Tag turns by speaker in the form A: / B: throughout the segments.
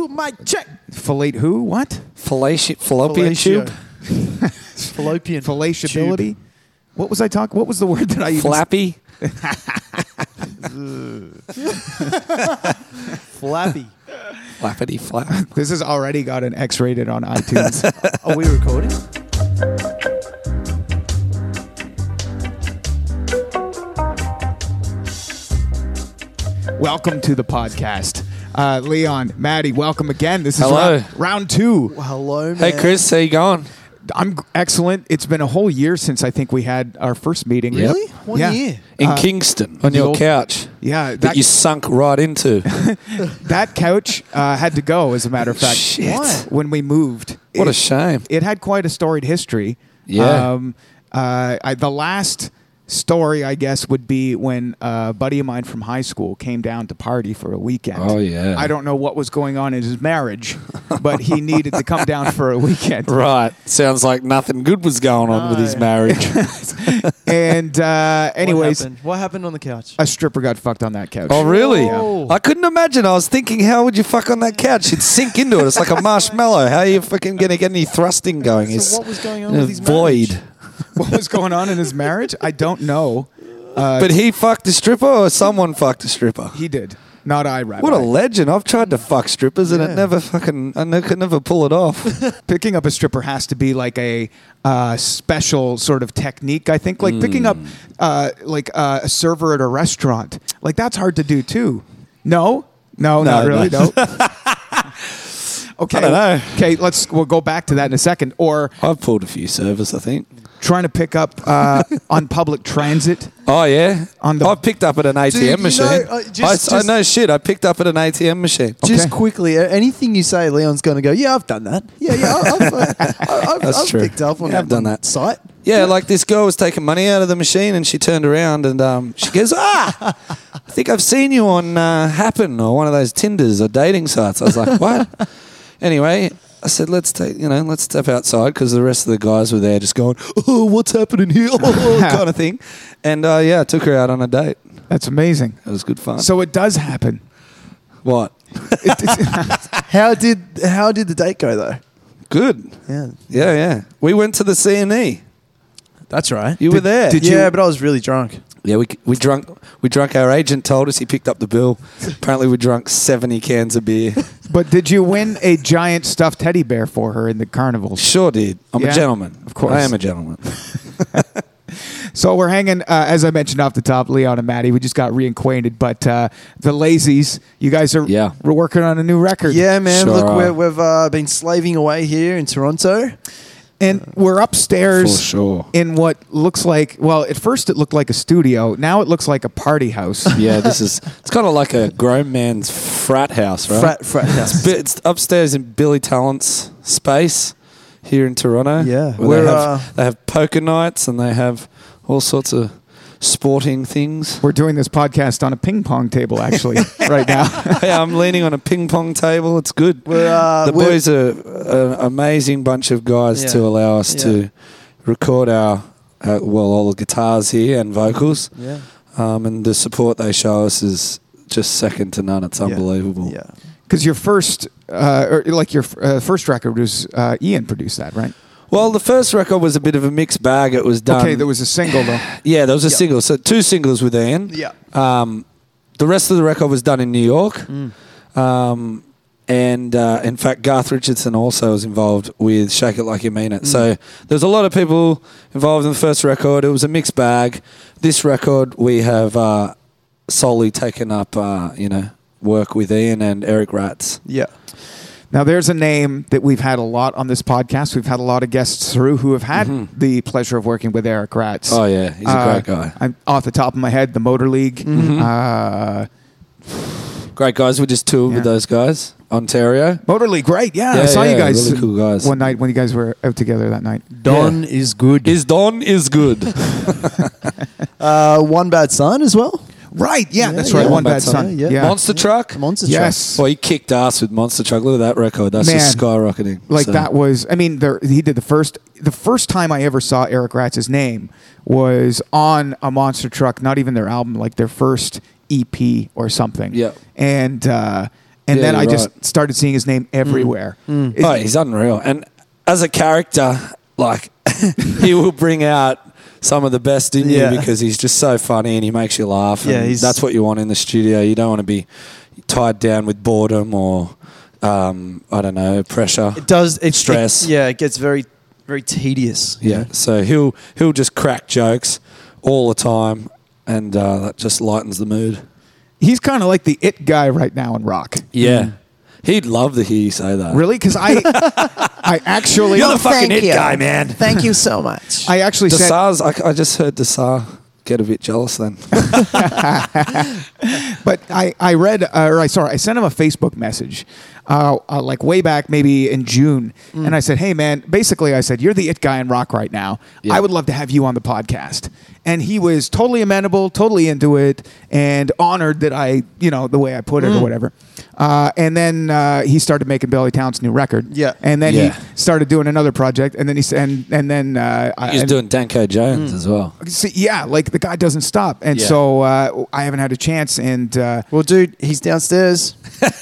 A: Do my check.
B: Fellate who? What?
C: Fallaci- fallopian tube?
A: Fallopian.
B: Fellatiability? What was I talking? What was the word that I used?
C: Flappy?
A: Flappy.
C: Flappity flap.
B: This has already got an X-rated on iTunes.
A: Are we recording?
B: welcome to the podcast, uh, Leon, Maddie. Welcome again. This is
C: Hello.
B: round, round two.
A: Well, hello, man.
C: Hey, Chris, how you going?
B: I'm g- excellent. It's been a whole year since I think we had our first meeting.
A: Really?
B: Yep.
A: One
B: yeah.
A: year.
C: In Kingston, on
B: the
C: your
B: old-
C: couch.
B: Yeah,
C: That,
B: that-
C: you sunk right into.
B: That couch uh, had to go, as a matter of fact.
C: Shit. Why?
B: When we moved.
C: What a
B: It-
C: shame.
B: It had quite a storied history.
C: Yeah.
B: Um, uh, I, the last story, I guess, would be when a buddy of mine from high school came down to party for a weekend.
C: Oh, yeah.
B: I don't know what was going on in his marriage, but he needed to come down for a weekend.
C: Right. Sounds like nothing good was going on with his marriage.
B: And uh,
A: what
B: anyways,
A: happened? what happened on the couch?
B: a stripper got fucked on that couch.
C: oh, really?
A: Oh.
C: I couldn't imagine. I was thinking, how would you fuck on that couch? You'd sink into it. It's like a marshmallow. How are you fucking going to get any thrusting going?
A: So
C: It's
A: what was going on
C: a
A: with his
C: void.
A: marriage?
B: what was going on in his marriage? I don't know.
A: Uh,
C: But he fucked a stripper or someone fucked a stripper?
B: He did. Not I, Rabbi.
C: What a legend. I've tried to fuck strippers and it never fucking, I ne- could never pull it off.
B: picking up a stripper has to be like a uh, special sort of technique. I think like picking up
C: Mm.
B: uh, like uh, a server at a restaurant, like that's hard to do too. No, no, not
C: no.
B: really. No. okay.
C: don't know.
B: Okay, let's we'll go back to that in a second. Or
C: I've pulled a few servers, I think.
B: trying to pick up uh, on public transit.
C: Oh yeah,
B: On the-
C: I picked up at an ATM
A: you know,
C: machine.
A: uh, just-
C: I s- I,
A: just-
C: know shit. I picked up at an ATM machine.
A: Just
B: Okay.
A: quickly, uh, anything you say, Leon's going to go. Yeah, I've done that. Yeah, yeah, I- I've, I- I- I've, I've,
C: That's true.
A: picked up on
C: Yeah,
A: that.
C: I've done that.
A: site.
C: Yeah, like this girl was taking money out of the machine, and she turned around and um, she goes, "Ah, I think I've seen you on uh, Happen or one of those Tinders or dating sites." I was like, "What?" anyway, I said, "Let's take, you know, let's step outside because the rest of the guys were there, just going, oh, what's happening here?' Oh, kind of thing." And uh, yeah, I took her out on a date.
B: That's amazing.
C: It was good fun.
B: So it does happen.
C: what?
A: How did how did the date go though?
C: Good.
A: Yeah,
C: Yeah, yeah. We went to the C and E.
A: that's right.
C: You were there.
B: did you-
A: yeah, but I was really drunk.
C: Yeah, we we drunk. We drunk. Our agent told us he picked up the bill. Apparently, we drunk seventy cans of beer.
B: But did you win a giant stuffed teddy bear for her in the carnival?
C: Sure did. I'm
B: Yeah,
C: a gentleman.
B: of course.
C: I am a gentleman.
B: So we're hanging, uh, as I mentioned off the top, Leon and Maddie. We just got reacquainted, but uh, the Lazies, you guys are
C: Yeah.
B: we're working on a new record.
A: Yeah, man.
C: Sure
A: Look,
C: are.
A: we're, we've uh, been slaving away here in Toronto.
B: and we're upstairs
C: For sure.
B: in what looks like. Well, at first it looked like a studio. Now it looks like a party house.
C: Yeah, this is. It's kind of like a grown man's frat house, right?
A: Frat, frat house.
C: Bi- It's upstairs in Billy Talent's space here in Toronto.
A: Yeah,
C: where
A: we're,
C: they have,
A: uh,
C: they have poker nights and they have all sorts of sporting things.
B: we're doing this podcast on a ping pong table, actually, right now.
C: hey, I'm leaning on a ping pong table. It's good.
A: We're, uh,
C: the
A: we're-
C: boys are an amazing bunch of guys
A: Yeah.
C: to allow us
A: Yeah.
C: to record our, uh well, all the guitars here and vocals.
A: Yeah.
C: Um, and the support they show us is just second to none. It's unbelievable.
A: Yeah.
B: Because your first, uh, or like your uh, first record was uh, Ian produced that, right?
C: Well, the first record was a bit of a mixed bag. It was done.
B: okay, there was a single though.
C: yeah, there was a
A: Yeah.
C: single. So two singles with Ian.
A: Yeah.
C: Um, the rest of the record was done in New York. Um, and uh, in fact, Garth Richardson also was involved with Shake It Like You Mean It. So there's a lot of people involved in the first record. It was a mixed bag. This record, we have uh, solely taken up, uh, you know, work with Ian and Eric Ratz.
A: Yeah.
B: Now, there's a name that we've had a lot on this podcast. We've had a lot of guests through who have had the pleasure of working with Eric Ratz.
C: Mm-hmm.
B: Uh,
C: Oh, yeah. He's a great guy. Mm-hmm.
B: I'm, off the top of my head, the Motor League. Uh,
C: Great guys. We just toured
B: Yeah.
C: with those guys. Ontario.
B: Motor League, right? Yeah,
C: Yeah,
B: I saw
C: yeah,
B: you guys,
C: really cool guys.
B: one night when you guys were out together that night.
D: Don is good.
C: Is Don is good.
A: Uh, one bad son as well.
B: Right? Yeah, that's
A: yeah.
B: right. One bad son.
A: Yeah,
B: Yeah.
A: yeah.
C: Monster Truck.
A: Monster
B: Yes.
C: Well, he kicked ass with Monster Truck. Look at that record. That's just
B: Man.
C: skyrocketing.
B: like
C: So-
B: that was i mean there, he did the first the first time i ever saw eric ratz's name was on a monster truck not even their album like their first ep or something
C: Yeah.
B: and uh and
C: Yeah,
B: then i
C: you're
B: just
C: right. Mm.
B: started seeing his name everywhere It-
C: Oh, he's unreal. And as a character, like he will bring out some of the best in
A: Yeah.
C: you because he's just so funny and he makes you laugh.
A: Yeah,
C: and
A: he's-
C: that's what you want in the studio. You don't want to be tied down with boredom or um, I don't know pressure.
D: It does it,
C: Stress.
D: it- yeah, it gets very very tedious.
C: Yeah. So he'll he'll just crack jokes all the time, and uh, that just lightens the mood.
B: he's kind of like the it guy right now in rock
C: Yeah. Mm. He'd love to hear you say that.
B: really because i i actually
C: You're the fucking it guy, man.
D: Thank you so much.
B: i actually said
C: Desar's, I, I just heard Desar get a bit jealous then.
B: But I, I read, uh, or I sorry, I sent him a Facebook message, uh, uh, like way back maybe in June,
C: Mm.
B: and I said, "Hey man, basically, I said you're the it guy in rock right now.
C: Yeah.
B: I would love to have you on the podcast." And he was totally amenable, totally into it, and honored that I, you know, the way I put it
C: Mm.
B: or whatever. Uh, and then uh, he started making Billy Town's new record.
D: Yeah.
B: And then
C: Yeah.
B: he started doing another project, and then he s- and and then uh, I-
C: He's
B: and-
C: doing Danko Jones as well.
B: See, yeah, like the guy doesn't stop, and
C: Yeah.
B: so uh, I haven't had a chance, and. Uh,
A: Well, dude, he's downstairs.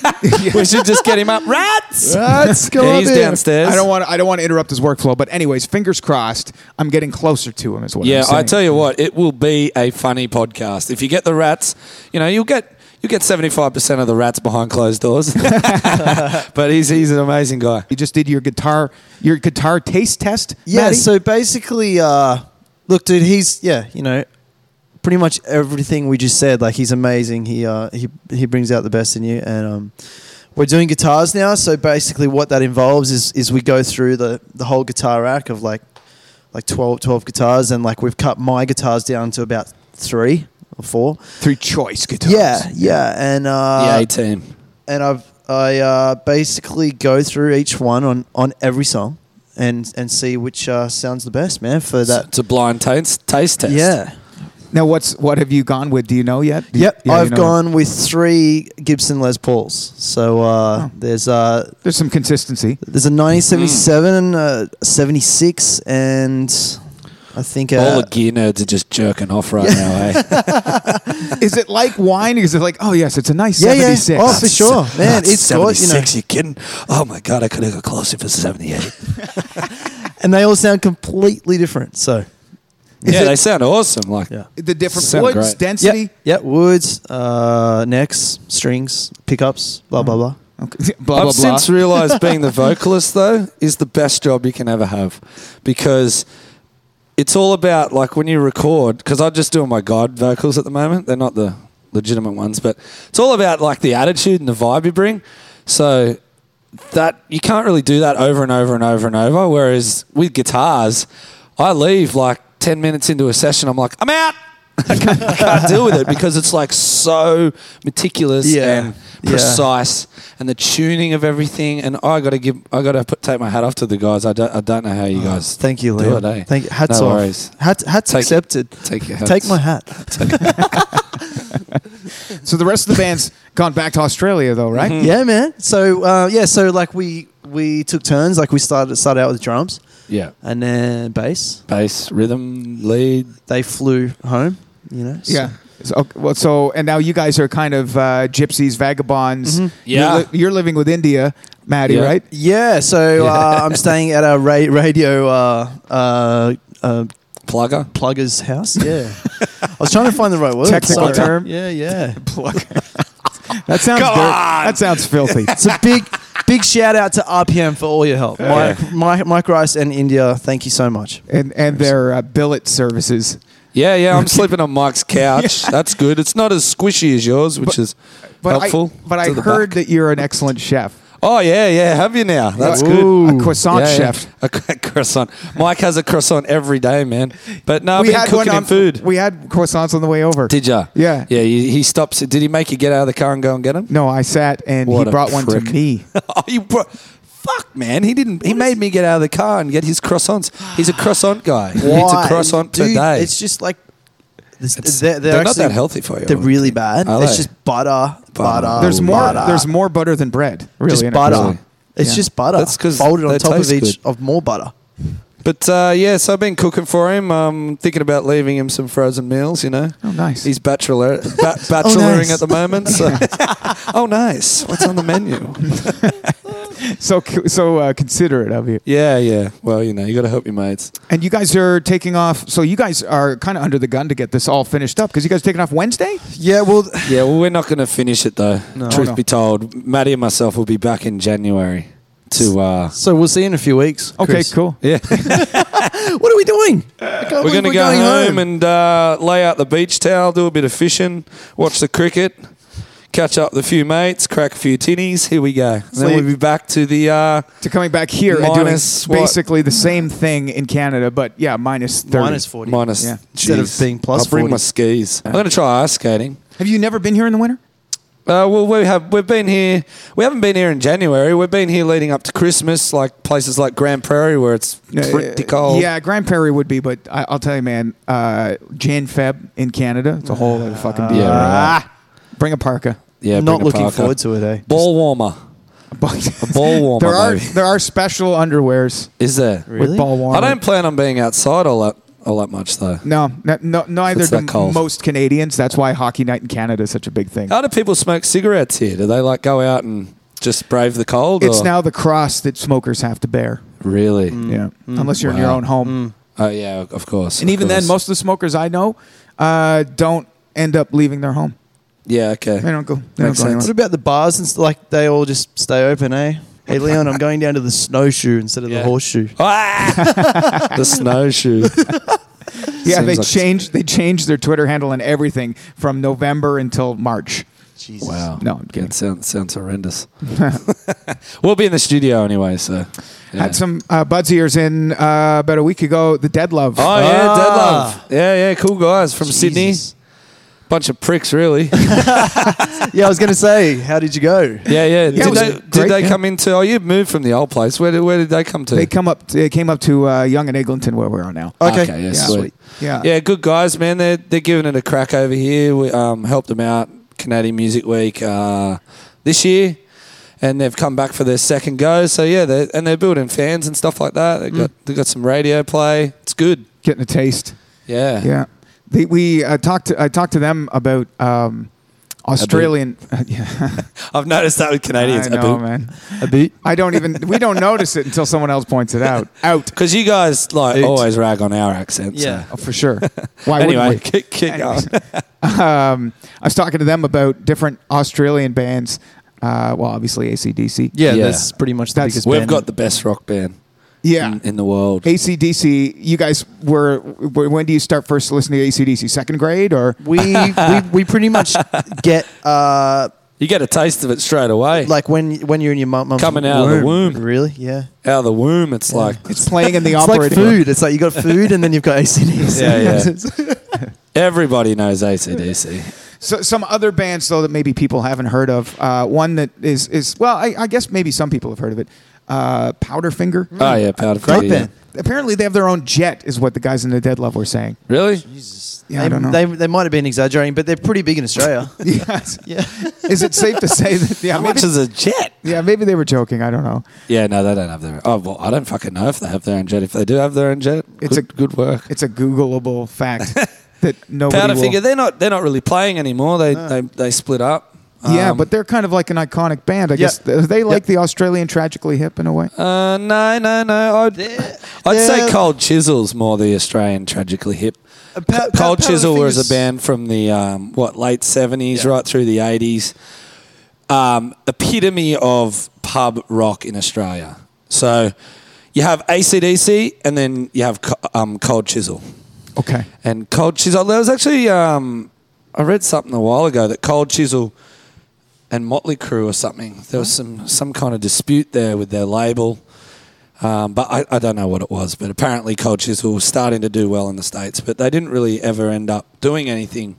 C: we should just get him up. Rats!
A: Let's go
C: Yeah,
A: up
C: he's
A: here.
C: downstairs.
B: I don't want. I don't want to interrupt his workflow. But anyways, fingers crossed. I'm getting closer to him as well.
C: yeah, I tell you what, it will be a funny podcast. If you get the rats, you know, you'll get you get seventy five percent of the rats behind closed doors. but he's he's an amazing guy.
B: You just did your guitar, your guitar taste test.
D: yeah,
B: Matty?
D: so basically uh look dude, he's yeah, you know, pretty much everything we just said, like he's amazing. He uh he he brings out the best in you and um we're doing guitars now, so basically what that involves is is we go through the the whole guitar rack of like like 12, 12 guitars and like we've cut my guitars down to about 3 or 4.
B: three choice guitars.
D: Yeah, yeah, and uh
C: yeah, eighteen.
D: and I've I uh, basically go through each one on, on every song, and and see which uh, sounds the best, man. For that,
C: It's a blind taste taste test.
D: yeah,
B: Now what's what have you gone with? Do you know yet? Do you-
D: yep.
B: yeah, you
D: I've
B: know.
D: gone with three Gibson Les Pauls, so uh, there's uh
B: There's some consistency.
D: there's a 1977, uh, 76, and I think uh,
C: All the gear nerds are just jerking off right now, eh?
B: Is it like wine? Is it like oh yes, it's a nice
D: yeah, yeah.
B: 76.
D: Oh, for sure, man. It's got you know,
C: 76, you kidding? Oh my god, I could have got closer for seventy eight.
D: and they all sound completely different. So
C: yeah, they sound awesome. Like
D: yeah.
B: The different
C: Sound
B: woods,
C: great.
B: density.
D: Yeah, woods, uh, necks, strings, pickups, blah blah blah.
B: Okay. Blah blah
C: I've
B: blah.
C: since realised being the vocalist though is the best job you can ever have, because it's all about like when you record. Because I'm just doing my guide vocals at the moment; they're not the legitimate ones, but it's all about like the attitude and the vibe you bring. So that you can't really do that over and over and over and over. Whereas with guitars, I leave like ten minutes into a session, I'm like, I'm out. I can't, I can't deal with it because it's like so meticulous
D: Yeah.
C: and
D: Yeah.
C: precise, and the tuning of everything. And I got to give, I got to put take my hat off to the guys. I don't, I don't know how you guys.
D: Oh, Thank you,
C: do
D: Leo.
C: it, eh?
D: Thank you. Hats
C: No
D: off.
C: worries.
D: Hat, hats
C: Take-
D: accepted.
C: Take your hats.
D: Take my hat.
B: so the rest of the band's gone back to Australia though, right?
D: Yeah, man. So uh, yeah, so like we we took turns. Like we started started out with drums
C: Yeah,
D: and then bass.
C: bass, rhythm, lead.
D: They flew home. You know. so-
B: Yeah. So, okay, well, so and now you guys are kind of uh, gypsies, vagabonds.
C: Mm-hmm. Yeah.
B: you're, li- you're living with India, Maddie,
C: Yeah.
B: right?
D: Yeah. So uh, I'm staying at a ra- radio uh, uh, uh,
C: Plugger.
D: plugger's house. Yeah. I was trying to find the right word.
B: Technical
D: Sorry.
B: term.
D: Yeah, yeah.
B: That sounds
C: Come
B: dirt-
C: on!
B: that sounds filthy.
D: It's a big. Big shout out to RPM for all your help. Mike, Mike, Mike Rice and India, thank you so much.
B: and and their uh, billet services.
C: Yeah, yeah. I'm sleeping on Mike's couch. That's good. It's not as squishy as yours, which is
B: But
C: helpful.
B: I, but I
C: to the
B: heard
C: back.
B: that you're an excellent chef.
C: Oh yeah, yeah. Have you now? That's
B: Ooh.
C: good.
B: A croissant
C: Yeah, yeah.
B: chef.
C: A cro- croissant. Mike has a croissant every day, man. But no,
B: we
C: I've been
B: had one
C: cooking him
B: on
C: food.
B: We had croissants on the way over.
C: Did ya?
B: Yeah.
C: Yeah. He, he stops. Did he make you get out of the car and go and get him?
B: No, I sat and
C: What
B: he
C: a
B: brought one to
C: prick.
B: me.
C: oh, you bro- Fuck, man. He didn't. He made me get out of the car and get his croissants. He's a croissant guy. He eats a
D: Why?
C: croissant per
D: Dude,
C: day.
D: It's just like this-
C: It's-
D: they're,
C: they're not
D: actually-
C: that healthy for you, I
D: They're
C: would
D: really
C: think.
D: bad.
C: Are they?
D: It's just butter,
C: Butter.
D: butter.
B: There's more.
D: butter.
B: There's more butter than bread. Really,
D: just
B: in it.
D: butter.
C: Really?
D: It's
B: Yeah.
D: just butter.
C: That's 'cause
D: folded
C: they
D: on top of
C: taste
D: each
C: good.
D: of more butter.
C: But uh, yeah, so I've been cooking for him. Um, thinking about leaving him some frozen meals. You know.
B: Oh, nice. Oh,
C: He's bachelor ba- bacheloring
D: nice.
C: at the moment. So. oh, nice. What's on the menu?
B: So so uh, considerate of you.
C: yeah, yeah. Well, you know, you got to help your mates.
B: And you guys are taking off. So you guys are kind of under the gun to get this all finished up because you guys are taking off Wednesday.
D: Yeah, well,
C: Yeah, well, we're not going to finish it though. Truth
B: Oh, no.
C: be told, Maddie and myself will be back in January to. Uh,
D: so we'll see you in a few weeks.
B: Okay,
D: Chris.
B: cool.
C: yeah,
D: What are we doing? I can't
C: we're
D: believe
C: going to go home, and uh, lay out the beach towel, do a bit of fishing, watch the cricket, catch up with a few mates, crack a few tinnies. Here we go. And then
B: Sleep.
C: we'll be back to the. Uh,
B: To coming back here
C: Minus
B: and
C: what?
B: doing basically the same thing in Canada, but yeah, minus thirty.
D: minus forty.
C: Minus
B: Yeah.
D: Instead of
C: Jeez.
D: being plus
C: I'll bring
D: 40.
C: my skis. I'm going to try ice skating.
B: Have you never been here in the winter?
C: Uh, well, we have we've been here. We haven't been here in January. We've been here leading up to Christmas, like places like Grand Prairie where it's pretty cold.
B: Uh, Yeah, Grand Prairie would be, but I, I'll tell you, man, uh, Jan Feb in Canada, it's a whole other fucking deal.
C: Yeah, right.
B: Ah, bring a parka.
C: yeah. bring
D: Not
C: a
D: looking
C: parka.
D: forward to it, eh?
C: Ball warmer, a ball warmer.
B: there are
C: baby.
B: there are special underwears
C: is there?
D: Really?
B: with ball
C: I
B: warmer.
C: don't plan on being outside all that all that much though.
B: No, no, no neither
C: It's
B: do
C: that cold.
B: most Canadians. That's why hockey night in Canada is such a big thing.
C: How do people smoke cigarettes here? Do they like go out and just brave the cold?
B: it's
C: or?
B: now the cross that smokers have to bear.
C: really.
B: Yeah, unless you're in your
C: Mm. Wow.
B: own home,
C: Oh yeah, of course.
B: and
C: of
B: even then,
C: course.
B: most of the smokers I know uh, don't end up leaving their home.
C: yeah okay.
B: They don't go. They don't
C: Makes
B: go
C: sense.
B: anywhere.
D: What about the bars and st- like they all just stay open, eh? Hey Leon, I'm going down to the snowshoe instead of
C: Yeah.
D: the horseshoe.
C: Ah! the snowshoe.
B: Yeah,
C: Seems
B: they
C: like-
B: changed they changed their Twitter handle and everything from November until March.
D: Jesus.
C: Wow.
B: No, I'm kidding.
C: It sounds, sounds horrendous. we'll be in the studio anyway, so. yeah.
B: Had some uh, Bud's ears in uh, about a week ago. The Dead Love.
C: Oh, yeah, Dead
D: Ah.
C: Love. Yeah, yeah, cool guys from Sydney. Bunch of pricks, really. yeah,
D: Yeah, I was going to say, how did you go?
C: yeah.
B: it
C: did
B: was
C: they,
B: great,
C: did they
B: yeah.
C: come into. Oh, you moved from the old place. Where did, where did they come to?
B: They come up. They came up to uh, Young and Eglinton, where we are now.
D: Okay.
C: yeah,
D: Yeah.
C: sweet.
B: Yeah.
C: Yeah, good guys, man. They're, they're giving it a crack over here. We um, helped them out, Canadian Music Week uh, this year, and they've come back for their second go. So, yeah, they're, and they're building fans and stuff like that.
B: Mm.
C: They've got, they've got some radio play. It's good.
B: Getting a taste.
C: Yeah.
B: Yeah. They, we uh, talked. To, I talked to them about um, Australian. yeah,
C: I've noticed that with Canadians.
B: I know, man.
D: A beat.
B: I don't even. We don't notice it until someone else points it out. Out.
C: Because you guys like
D: Oot.
C: always rag on our accents.
D: Yeah.
C: so.
B: Oh, for sure. Why wouldn't
C: Anyway,
B: we?
C: kick, kick
B: Anyways.
C: on.
B: um, I was talking to them about different Australian bands. Uh, well, obviously ACDC.
D: Yeah,
C: Yeah.
D: that's pretty much the
B: That's-
D: biggest
C: We've
D: band.
C: got the best rock band
B: Yeah.
D: Mm,
C: in, in the world.
B: ACDC, you guys were, were, when do you start first listening to ACDC? Second grade or?
D: we, we we pretty much get uh
C: You get a taste of it straight away.
D: like when when you're in your mum mum's
C: Coming out of the womb.
D: Really? Yeah.
C: out of the womb, it's like
B: It's playing in the
D: It's like
B: operating room.
D: food. It's like you got food and then you've got ACDs.
C: Yeah, yeah. everybody knows ACDC.
B: So, some other bands, though, that maybe people haven't heard of. Uh, one that is, is well, I, I guess maybe some people have heard of it. Uh, Powderfinger.
C: Oh yeah, powder
D: Great
C: Keg,
D: band.
B: Apparently, they have their own jet, is what the guys in the Dead Love were saying.
C: yeah. Really?
B: Yeah,
D: they,
B: I don't know.
D: They, they might have been exaggerating, but they're pretty big in Australia.
B: Yes.
D: yeah.
B: Is it safe to say that? Yeah,
C: How
B: maybe,
C: much is a jet?
B: yeah, maybe they were joking. I don't know.
C: Yeah, no, they don't have their. Oh well, I don't fucking know if they have their own jet. If they do have their own jet,
B: It's
C: it's
B: a-
C: good, good work.
B: It's a Googleable fact that nobody
C: Powder
B: will.
C: Figure, they're not they're not really playing anymore. They they, they split up.
B: Yeah,
C: Um,
B: but they're kind of like an iconic band. I guess they, they like the Australian tragically hip in a way.
C: Uh, no, no, no. I'd, I'd say
D: they're-
C: Cold Chisel's more the Australian tragically hip.
D: Uh, Pa- Pa-
C: Cold Chisel was a
D: Powderfinger's-
C: band from the um, what late seventies right through the eighties. Um, epitome of pub rock in Australia. So you have ACDC and then you have Co- um, Cold Chisel
B: Okay.
C: and Cold Chisel. There was actually um, I read something a while ago that Cold Chisel and Motley Crue or something. There was some some kind of dispute there with their label. Um, but I, I don't know what it was. But apparently, Cold Chisel was starting to do well in the States. But they didn't really ever end up doing anything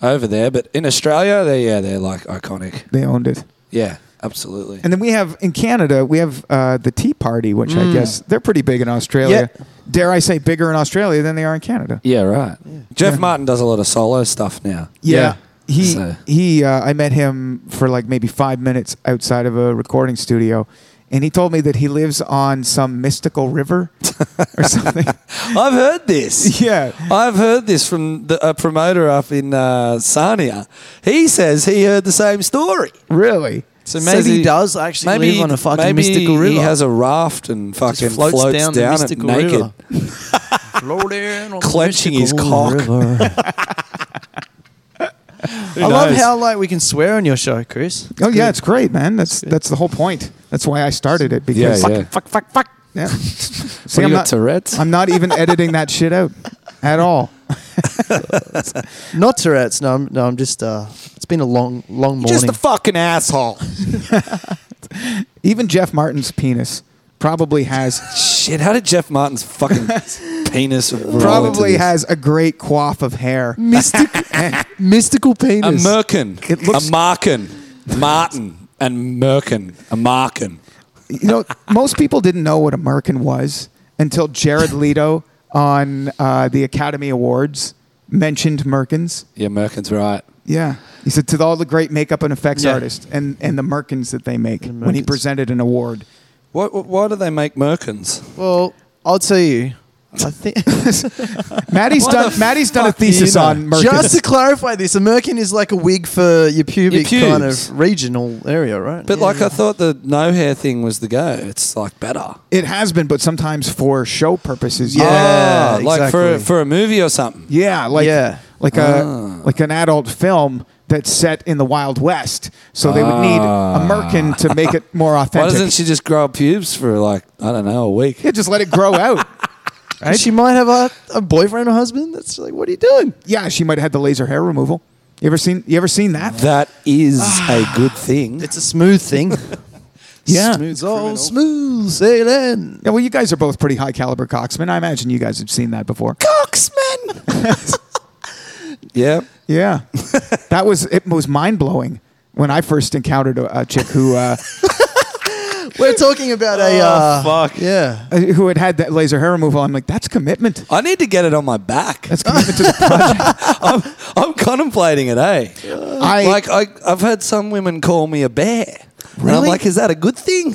C: over there. But in Australia, they, yeah, they're like iconic.
B: They owned it.
C: Yeah, absolutely.
B: And then we have in Canada, we have uh, the Tea Party, which I guess they're pretty big in Australia.
D: Yeah.
B: Dare I say, bigger in Australia than they are in Canada.
C: yeah, right. Jeff Martin does a lot of solo stuff now.
B: Yeah. He
C: So-
B: he uh, I met him for like maybe 5 minutes outside of a recording studio and he told me that he lives on some mystical river or something.
C: I've heard this.
B: Yeah.
C: I've heard this from the, a promoter up in uh, Sarnia. He says he heard the same story.
B: really?
D: So
C: Says
D: maybe he does actually
C: maybe-
D: live on a fucking
C: maybe
D: mystical river.
C: He has a raft and fucking floats,
D: floats
C: down,
D: down the
C: it
D: mystical
C: naked,
D: river.
C: clenching his cock.
D: I love how like we can swear on your show, Chris.
B: Oh yeah, it's great, man. That's that's the whole point. That's why I started it because
C: Yeah, yeah.
B: fuck, fuck, fuck, fuck. Yeah. See,
C: you
B: I'm
C: got,
B: not,
C: Tourette's?
B: I'm not even editing that shit out at all.
D: Not Tourette's. No, I'm, no, I'm just. Uh, it's been a long, long morning.
C: Just a fucking asshole.
B: Even Jeff Martin's penis probably has
C: Shit, how did Jeff Martin's fucking penis roll into
B: probably
C: this?
B: has a great quaff of hair.
D: mystical
C: a
D: penis.
C: merkin,
B: It looks-
C: a markin, Martin and merkin, a markin.
B: you know, most people didn't know what a merkin was until Jared Leto on uh, the Academy Awards mentioned merkins.
C: Yeah, merkin's right.
B: Yeah. He said to all the great makeup and effects
D: Yeah.
B: artists and, and the merkins that they make when he
D: merkins.
B: presented an award.
C: Why, why do they make merkins?
D: well, I'll tell you. I think.
B: Maddie's done Maddie's done a
C: do you
B: thesis
C: know?
B: on merkins.
D: Just to clarify this, a merkin is like a wig for your pubic
C: Your
D: kind
C: pubes.
D: of regional area, right?
C: But
D: Yeah.
C: like, I thought the no hair thing was the go. It's like better.
B: it has been, but sometimes for show purposes. Oh,
D: Yeah.
C: Ah, like for
D: exactly.
C: for a movie or something.
B: Yeah, like
D: Yeah.
B: like a like an adult film that's set in the Wild West. So they would need a merkin to make it more
C: Why
B: authentic.
C: doesn't she just grow pubes for like I don't know a week?
B: yeah, just let it grow out.
D: And she might have a, a boyfriend or husband. That's like, what are you doing?
B: Yeah, she might have had the laser hair removal. You ever seen you ever seen that?
C: That is
D: Ah,
C: a good thing.
D: It's a smooth thing.
B: Yeah.
D: Smooth's all smooth sailing.
B: Yeah, well you guys are both pretty high caliber cocksmen. I imagine you guys have seen that before.
C: yeah.
B: Yeah. that was it was mind blowing when I first encountered a, a chick who uh,
D: We're talking about a. Uh, fuck. Yeah.
B: who had had that laser hair removal. I'm like, that's commitment.
C: I need to get it on my back.
B: That's commitment to the project.
C: I'm, I'm contemplating it, eh?
B: I
C: like I, I've had some women call me a bear. And I'm
D: Really? Hmm.
C: like, is that a good thing?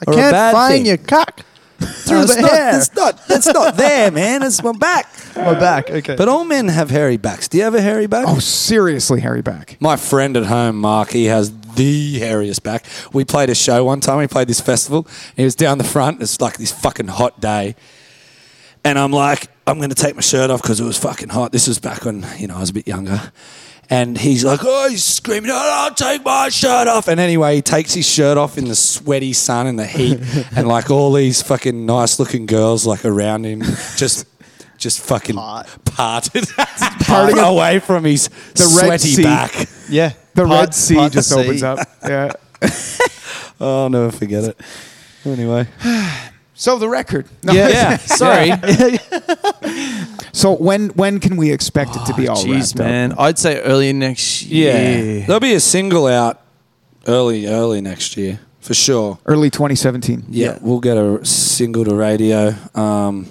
D: I can't find your cock through
C: it's
D: the
C: not,
D: hair.
C: It's not. It's not there, man. It's my back.
D: My back. Okay.
C: But all men have hairy backs. Do you have a hairy back?
B: Oh seriously, Harry back.
C: My friend at home, Mark, he has the hairiest back. We played a show one time. We played this festival. He was down the front. It's like this fucking hot day. And I'm like, I'm going to take my shirt off because it was fucking hot. This was back when, you know, I was a bit younger. And he's like, oh, he's screaming, oh, I'll take my shirt off. And anyway, he takes his shirt off in the sweaty sun and the heat. and like all these fucking nice looking girls like around him just. Just fucking parted, parting away from his
B: The Red
C: sweaty
B: Sea.
C: back.
D: yeah.
B: The
D: Part-
B: Red Sea
D: part
B: just
D: sea.
B: opens up. Yeah.
C: Oh, I'll never forget it. Anyway,
B: So the record. No.
D: Yeah.
C: Yeah, sorry.
B: So when when can we expect it to be all
D: Oh, Jeez,
B: wrapped up?
D: man. I'd say early next year.
C: there'll be a single out early, early next year for sure.
B: Early 2017.
C: Yeah,
D: Yeah.
C: we'll get a single to radio. Um,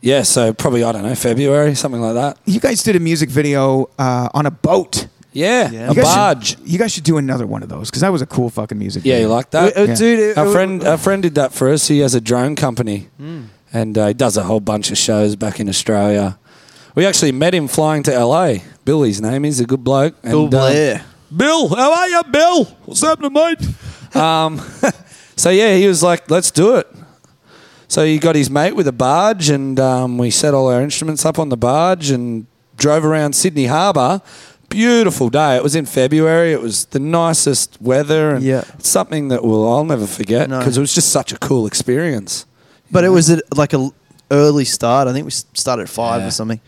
C: yeah, so probably I don't know February, something like that.
B: You guys did a music video uh, on a boat.
C: Yeah,
D: Yeah.
C: a
B: You guys should-
C: barge.
B: you guys should do another one of those because that was a cool fucking music.
C: yeah, you
B: video.
C: like that?
D: Uh, uh, Dude, it-
C: our
D: it-
C: friend, our friend did that for us. He has a drone company, and uh, he does a whole bunch of shows back in Australia. We actually met him flying to LA. Billy's name is a good bloke. and,
D: Bill
C: um,
D: Blair.
C: Bill, how are you, Bill? What's happening, mate? um, so yeah, he was like, "Let's do it." So he got his mate with a barge, and um, we set all our instruments up on the barge and drove around Sydney Harbour. Beautiful day. It was in February. It was the nicest weather, and
D: Yeah.
C: it's something that will I'll never forget
D: No.
C: because it was just such a cool experience.
D: But it was at like a l- early start. I think we s- started at five
C: Yeah.
D: or something.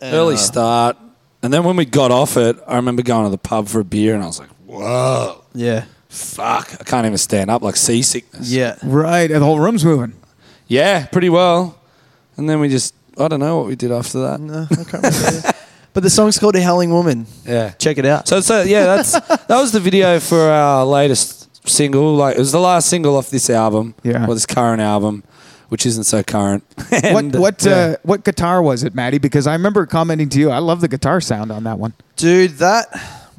C: Early
D: uh,
C: start, and then when we got off it, I remember going to the pub for a beer, and I was like, whoa,
D: Yeah.
C: fuck, I can't even stand up, like seasickness.
D: Yeah.
B: Right, and the whole room's moving.
C: Yeah, pretty well. And then we just, I don't know what we did after that.
D: No, I can't remember. but the song's called A Howling Woman.
C: Yeah.
D: Check it out.
C: So, so yeah, that's that was the video for our latest single. Like it was the last single off this album.
B: Yeah.
C: Well, this current album, which isn't so current.
B: What
C: And,
B: what
C: yeah.
B: uh, what guitar was it, Maddie? Because I remember commenting to you, I love the guitar sound on that one.
D: Dude, that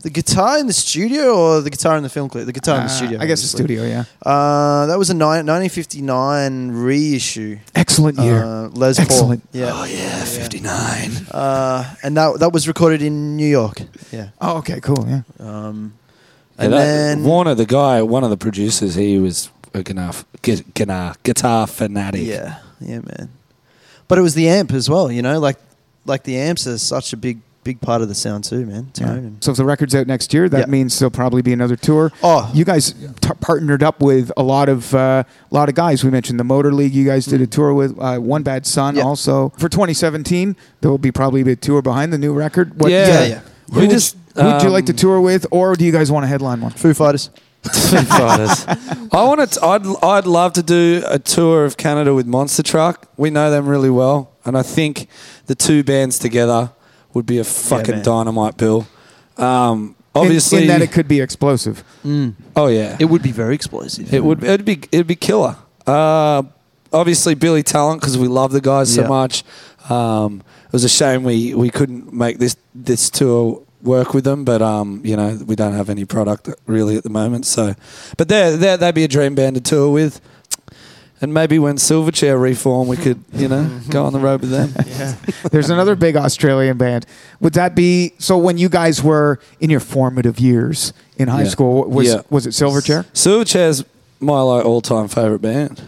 D: the guitar in the studio or the guitar in the film clip? The guitar Oh, in
B: Uh,
D: the studio.
B: I guess the
D: obviously.
B: studio, yeah.
D: Uh, that was a ni- 1959 reissue.
B: Excellent year.
D: Uh, Les
B: Excellent.
D: Paul. Yeah.
C: Oh yeah, fifty nine.
D: Uh, and that that was recorded in New York. Yeah.
B: oh, okay, cool. Yeah.
D: Um,
C: And
D: and then
C: Warner, the guy, one of the producers, he was a guitar, gu- guitar, guitar fanatic.
D: yeah, yeah, man. But it was the amp as well. You know, like like the amps are such a big big part of the sound too, man.
B: Yeah.
D: Tone and-
B: So if the record's out next year, that
D: Yeah.
B: means there'll probably be another tour.
D: Oh.
B: you guys t- partnered up with a lot of uh, lot of guys. We mentioned the Motor League. You guys
C: Mm.
B: did a tour with uh, One Bad Son.
D: Yeah.
B: Also for 2017, there will be probably a tour behind the new record. What-
C: Yeah.
D: Yeah, yeah.
B: Who
C: We
B: would,
C: just,
B: who would you like to
C: um,
B: tour with, or do you guys want to headline one?
D: Foo Fighters.
C: Foo Fighters. I want to. I'd. I'd love to do a tour of Canada with Monster Truck. We know them really well, and I think the two bands together would be a fucking
D: man.
C: dynamite bill. Um,
B: In-
C: obviously,
B: in, that it could be explosive.
C: oh yeah,
D: It would be very explosive.
C: it would it'd be it'd be killer. Uh, obviously Billy Talent because we love the guys so
D: Yeah.
C: much. Um, it was a shame we, we couldn't make this this tour work with them, but um, you know we don't have any product really at the moment. So, but they they they'd be a dream band to tour with. And maybe when Silverchair reform, we could, you know, go on the road with them.
B: There's another big Australian band. Would that be so? When you guys were in your formative years in high
C: Yeah.
B: school, was
C: Yeah.
B: was it Silverchair?
C: Silverchair's my like all-time favorite band.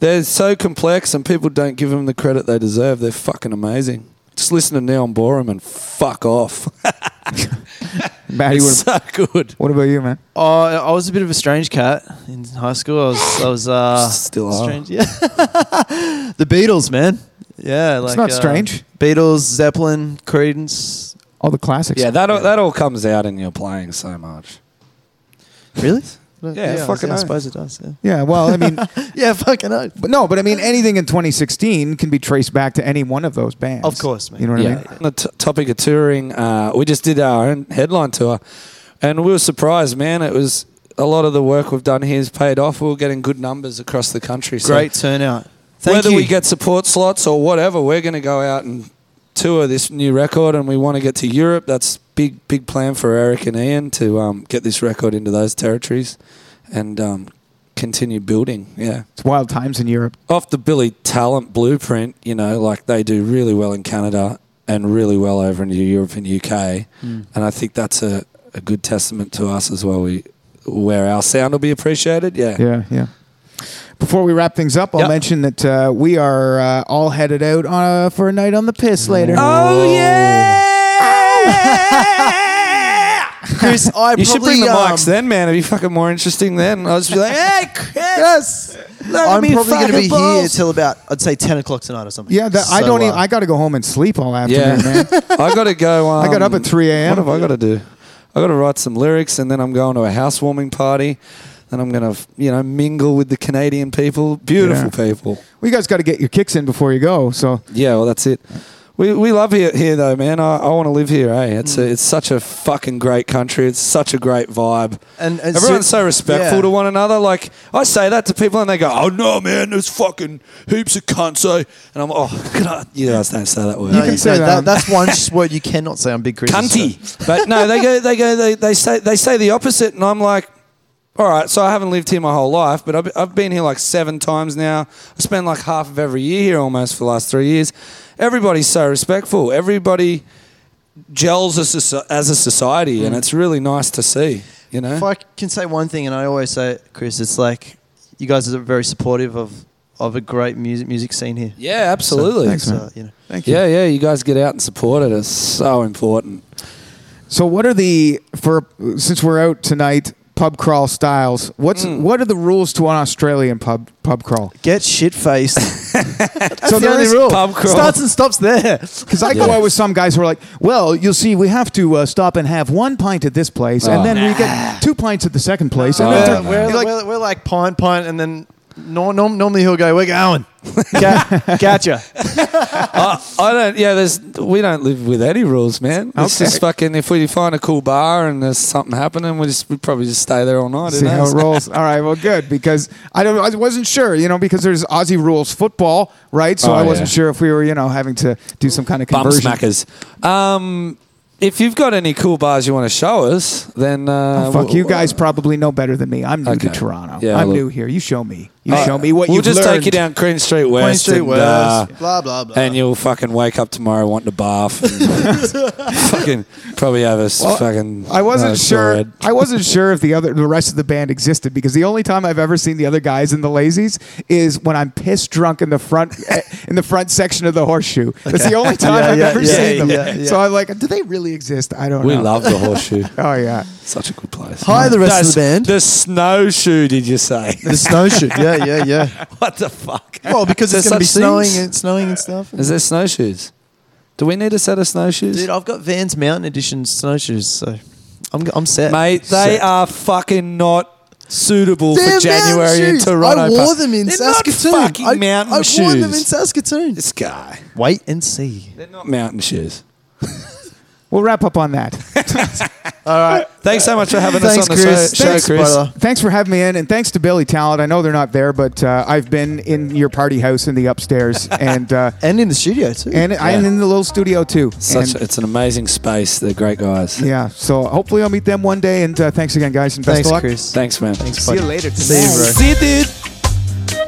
C: They're so complex, and people don't give them the credit they deserve. They're fucking amazing. Just listen to Neon Borum and fuck off.
B: Maddie,
C: It's
B: what,
C: so good.
B: what about you, man?
D: Oh, I was a bit of a strange cat in high school. I was, I was uh,
C: Still are.
D: strange. Yeah, the Beatles, man. Yeah, like
B: it's not
D: uh,
B: strange.
D: Beatles, Zeppelin, Credence.
B: All the classics.
C: Yeah, that all, that all comes out in your playing so much.
D: Really?
C: Yeah, fucking
D: I,
C: oath.
D: suppose it does. Yeah,
B: Yeah, well, I mean, but
D: yeah fucking oath.
B: no, but I mean, anything in 2016 can be traced back to any one of those bands.
D: Of course, man.
B: You know what I mean?
C: Yeah. On the t- topic of touring, uh, we just did our own headline tour, and we were surprised, man. It was a lot of the work we've done here has paid off. We were getting good numbers across the country. so-
D: Great turnout. Thank
C: Whether
D: you.
C: we get support slots or whatever, we're going to go out and tour this new record, and we want to get to Europe. That's big, big plan for Eric and Ian to um, get this record into those territories and um, continue building. Yeah,
B: It's wild times in Europe.
C: off the Billy Talent blueprint, you know, like they do really well in Canada and really well over in Europe and UK,
D: Mm.
C: and I think that's a, a good testament to us as well. We where our sound will be appreciated. Yeah,
B: Yeah, yeah. Before we wrap things up, I'll
C: Yep.
B: mention that uh, we are uh, all headed out uh, for a night on the piss later.
C: Oh yeah.
D: Chris, I
C: You should
D: probably,
C: bring the
D: um,
C: mics then, man. It'd be fucking more interesting then. I'll just be like, hey, Chris, look at
D: I'm
C: me
D: probably going to
C: fucking
D: be here
C: balls."
D: till about I'd say ten o'clock tonight or something.
B: Yeah, that, I
D: So,
B: don't. Even,
D: uh,
B: I got to go home and sleep all
C: yeah,
B: afternoon, man.
C: I got to go. Um,
B: I got up at 3 a.m..
C: What have I got to do? I got to write some lyrics, and then I'm going to a housewarming party. Then I'm going to, you know, mingle with the Canadian people, beautiful
B: Yeah.
C: people.
B: Well, you guys got to get your kicks in before you go. So
C: Yeah, well, that's it. We, we love here, here though, man. I, I want to live here, eh? It's, a,
B: Mm.
C: it's such a fucking great country. It's such a great vibe.
D: And- and
C: everyone's
D: so-
C: so respectful
D: yeah.
C: to one another. Like, I say that to people and they go, oh, no, man, there's fucking heaps of cunts, eh? And I'm, oh, can I? You guys don't say that word.
D: no,
B: can
D: you
B: say that.
D: can't. that. That's one sh- word you cannot say on Big Chris.
C: cunty. but no, they go, they go, they, they say, they say the opposite, and I'm like, all right. So I haven't lived here my whole life, but I've, I've been here like seven times now. I spend like half of every year here almost for the last three years. Everybody's so respectful. Everybody gels as a, so- as a society, and it's really nice to see. You know,
D: If I can say one thing, and I always say, it, Chris, it's like you guys are very supportive of of a great music music scene here.
C: yeah, absolutely.
B: Thanks, man.
D: So, uh, you know.
B: thank
C: Yeah, yeah. You guys get out and support it. It's so important.
B: So what are the for since we're out tonight? pub crawl styles. What's
C: Hmm.
B: what are the rules to an Australian pub pub crawl?
D: Get shit faced. That's
B: So
D: the
B: there
D: only
B: is
D: rule.
C: pub crawl.
D: Starts and stops there.
B: Because I go out with some guys who are like, well, you'll see, we have to uh, stop and have one pint at this place, and
C: Oh.
B: then we get two pints at the second place, and
C: Oh,
B: then
D: We're,
B: third-
C: no.
D: we're,
B: you're
D: we're,
B: like,
D: we're, like pint, pint, and then norm, norm, normally he'll go, we're going. Ga- gotcha.
C: I, I don't. Yeah, there's. We don't live with any rules, man. It's
B: Okay.
C: just fucking. If we find a cool bar and there's something happening, we just we probably just stay there all night.
B: See
C: who
B: how
C: knows?
B: it rolls. All right, well, good because I don't. I wasn't sure, you know, because there's Aussie rules football, right? So
C: Oh,
B: I wasn't
C: yeah.
B: sure if we were, you know, having to do some kind of
C: Bump
B: conversion.
C: smackers. Um, if you've got any cool bars you want to show us, then uh,
B: Oh, Fuck,
C: we'll-
B: you guys probably know better than me. I'm new to
C: Okay.
B: Toronto.
C: Yeah,
B: I'm
C: look-
B: new here. You show me. You
C: uh,
B: show me what
C: we'll
B: you've
C: just
B: learned.
C: take you down Queen Street West.
D: Queen Street
C: and,
D: West.
C: uh,
D: blah, blah, blah.
C: and you'll fucking wake up tomorrow wanting a bath. And fucking probably have a s-
B: Well,
C: fucking.
B: I wasn't
C: uh,
B: sure.
C: side.
B: I wasn't sure if the other, the rest of the band existed because the only time I've ever seen the other guys in the Lazies is when I'm pissed drunk in the front, eh, in the front section of the Horseshoe. That's the only time
D: Yeah,
B: I've
D: yeah,
B: ever
D: yeah,
B: seen them.
D: yeah, yeah.
B: So I'm like, do they really exist? I don't
C: We
B: know.
C: love the horseshoe.
B: Oh yeah.
C: Such a good place.
D: Hi, the rest of the band.
C: The snowshoe, did you say?
D: The snowshoe. Yeah, yeah, yeah.
C: what the fuck?
D: Well, because
C: There's
D: it's going to be
C: such
D: snowing
C: things?
D: and, snowing and stuff.
C: Is there snowshoes? Do we need a set of snowshoes?
D: Dude, I've got Vans Mountain Edition snowshoes, so I'm, I'm set.
C: Mate, they
D: Set.
C: are fucking not suitable
D: They're
C: for January
D: mountain
C: in
D: shoes.
C: Toronto.
D: I wore them in
C: They're
D: Saskatoon.
C: Not fucking
D: I,
C: mountain
D: I
C: shoes.
D: wore them in Saskatoon.
C: this guy.
D: Wait and see.
C: They're not mountain shoes.
B: We'll wrap up on that.
C: Thanks so much for having us
D: Thanks,
C: on the
D: Chris.
C: show,
D: Thanks,
C: show, Chris.
D: brother.
B: Thanks for having me in, and thanks to Billy Talent. I know they're not there, but uh, I've been in your party house in the upstairs, and uh,
D: And in the studio, too.
B: and I'm in the little studio too.
C: Such,
B: And-
C: it's an amazing space. They're great guys.
B: yeah. So hopefully I'll meet them one day. And uh, thanks again, guys, and best
D: Thanks,
B: of luck.
D: Chris.
C: Thanks, man.
D: Thanks,
B: See you
D: bud.
B: later.
D: See you, bro.
C: See you, dude.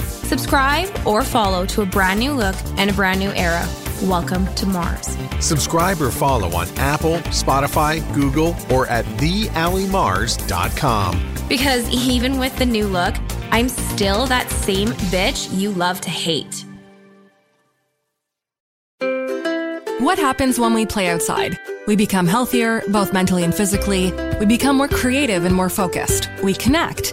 E: Subscribe or follow to a brand new look and a brand new era. Welcome to Mars.
F: Subscribe or follow on Apple, Spotify, Google, or at theallymars.com.
E: Because even with the new look, I'm still that same bitch you love to hate.
G: What happens when we play outside? We become healthier, both mentally and physically. We become more creative and more focused. We connect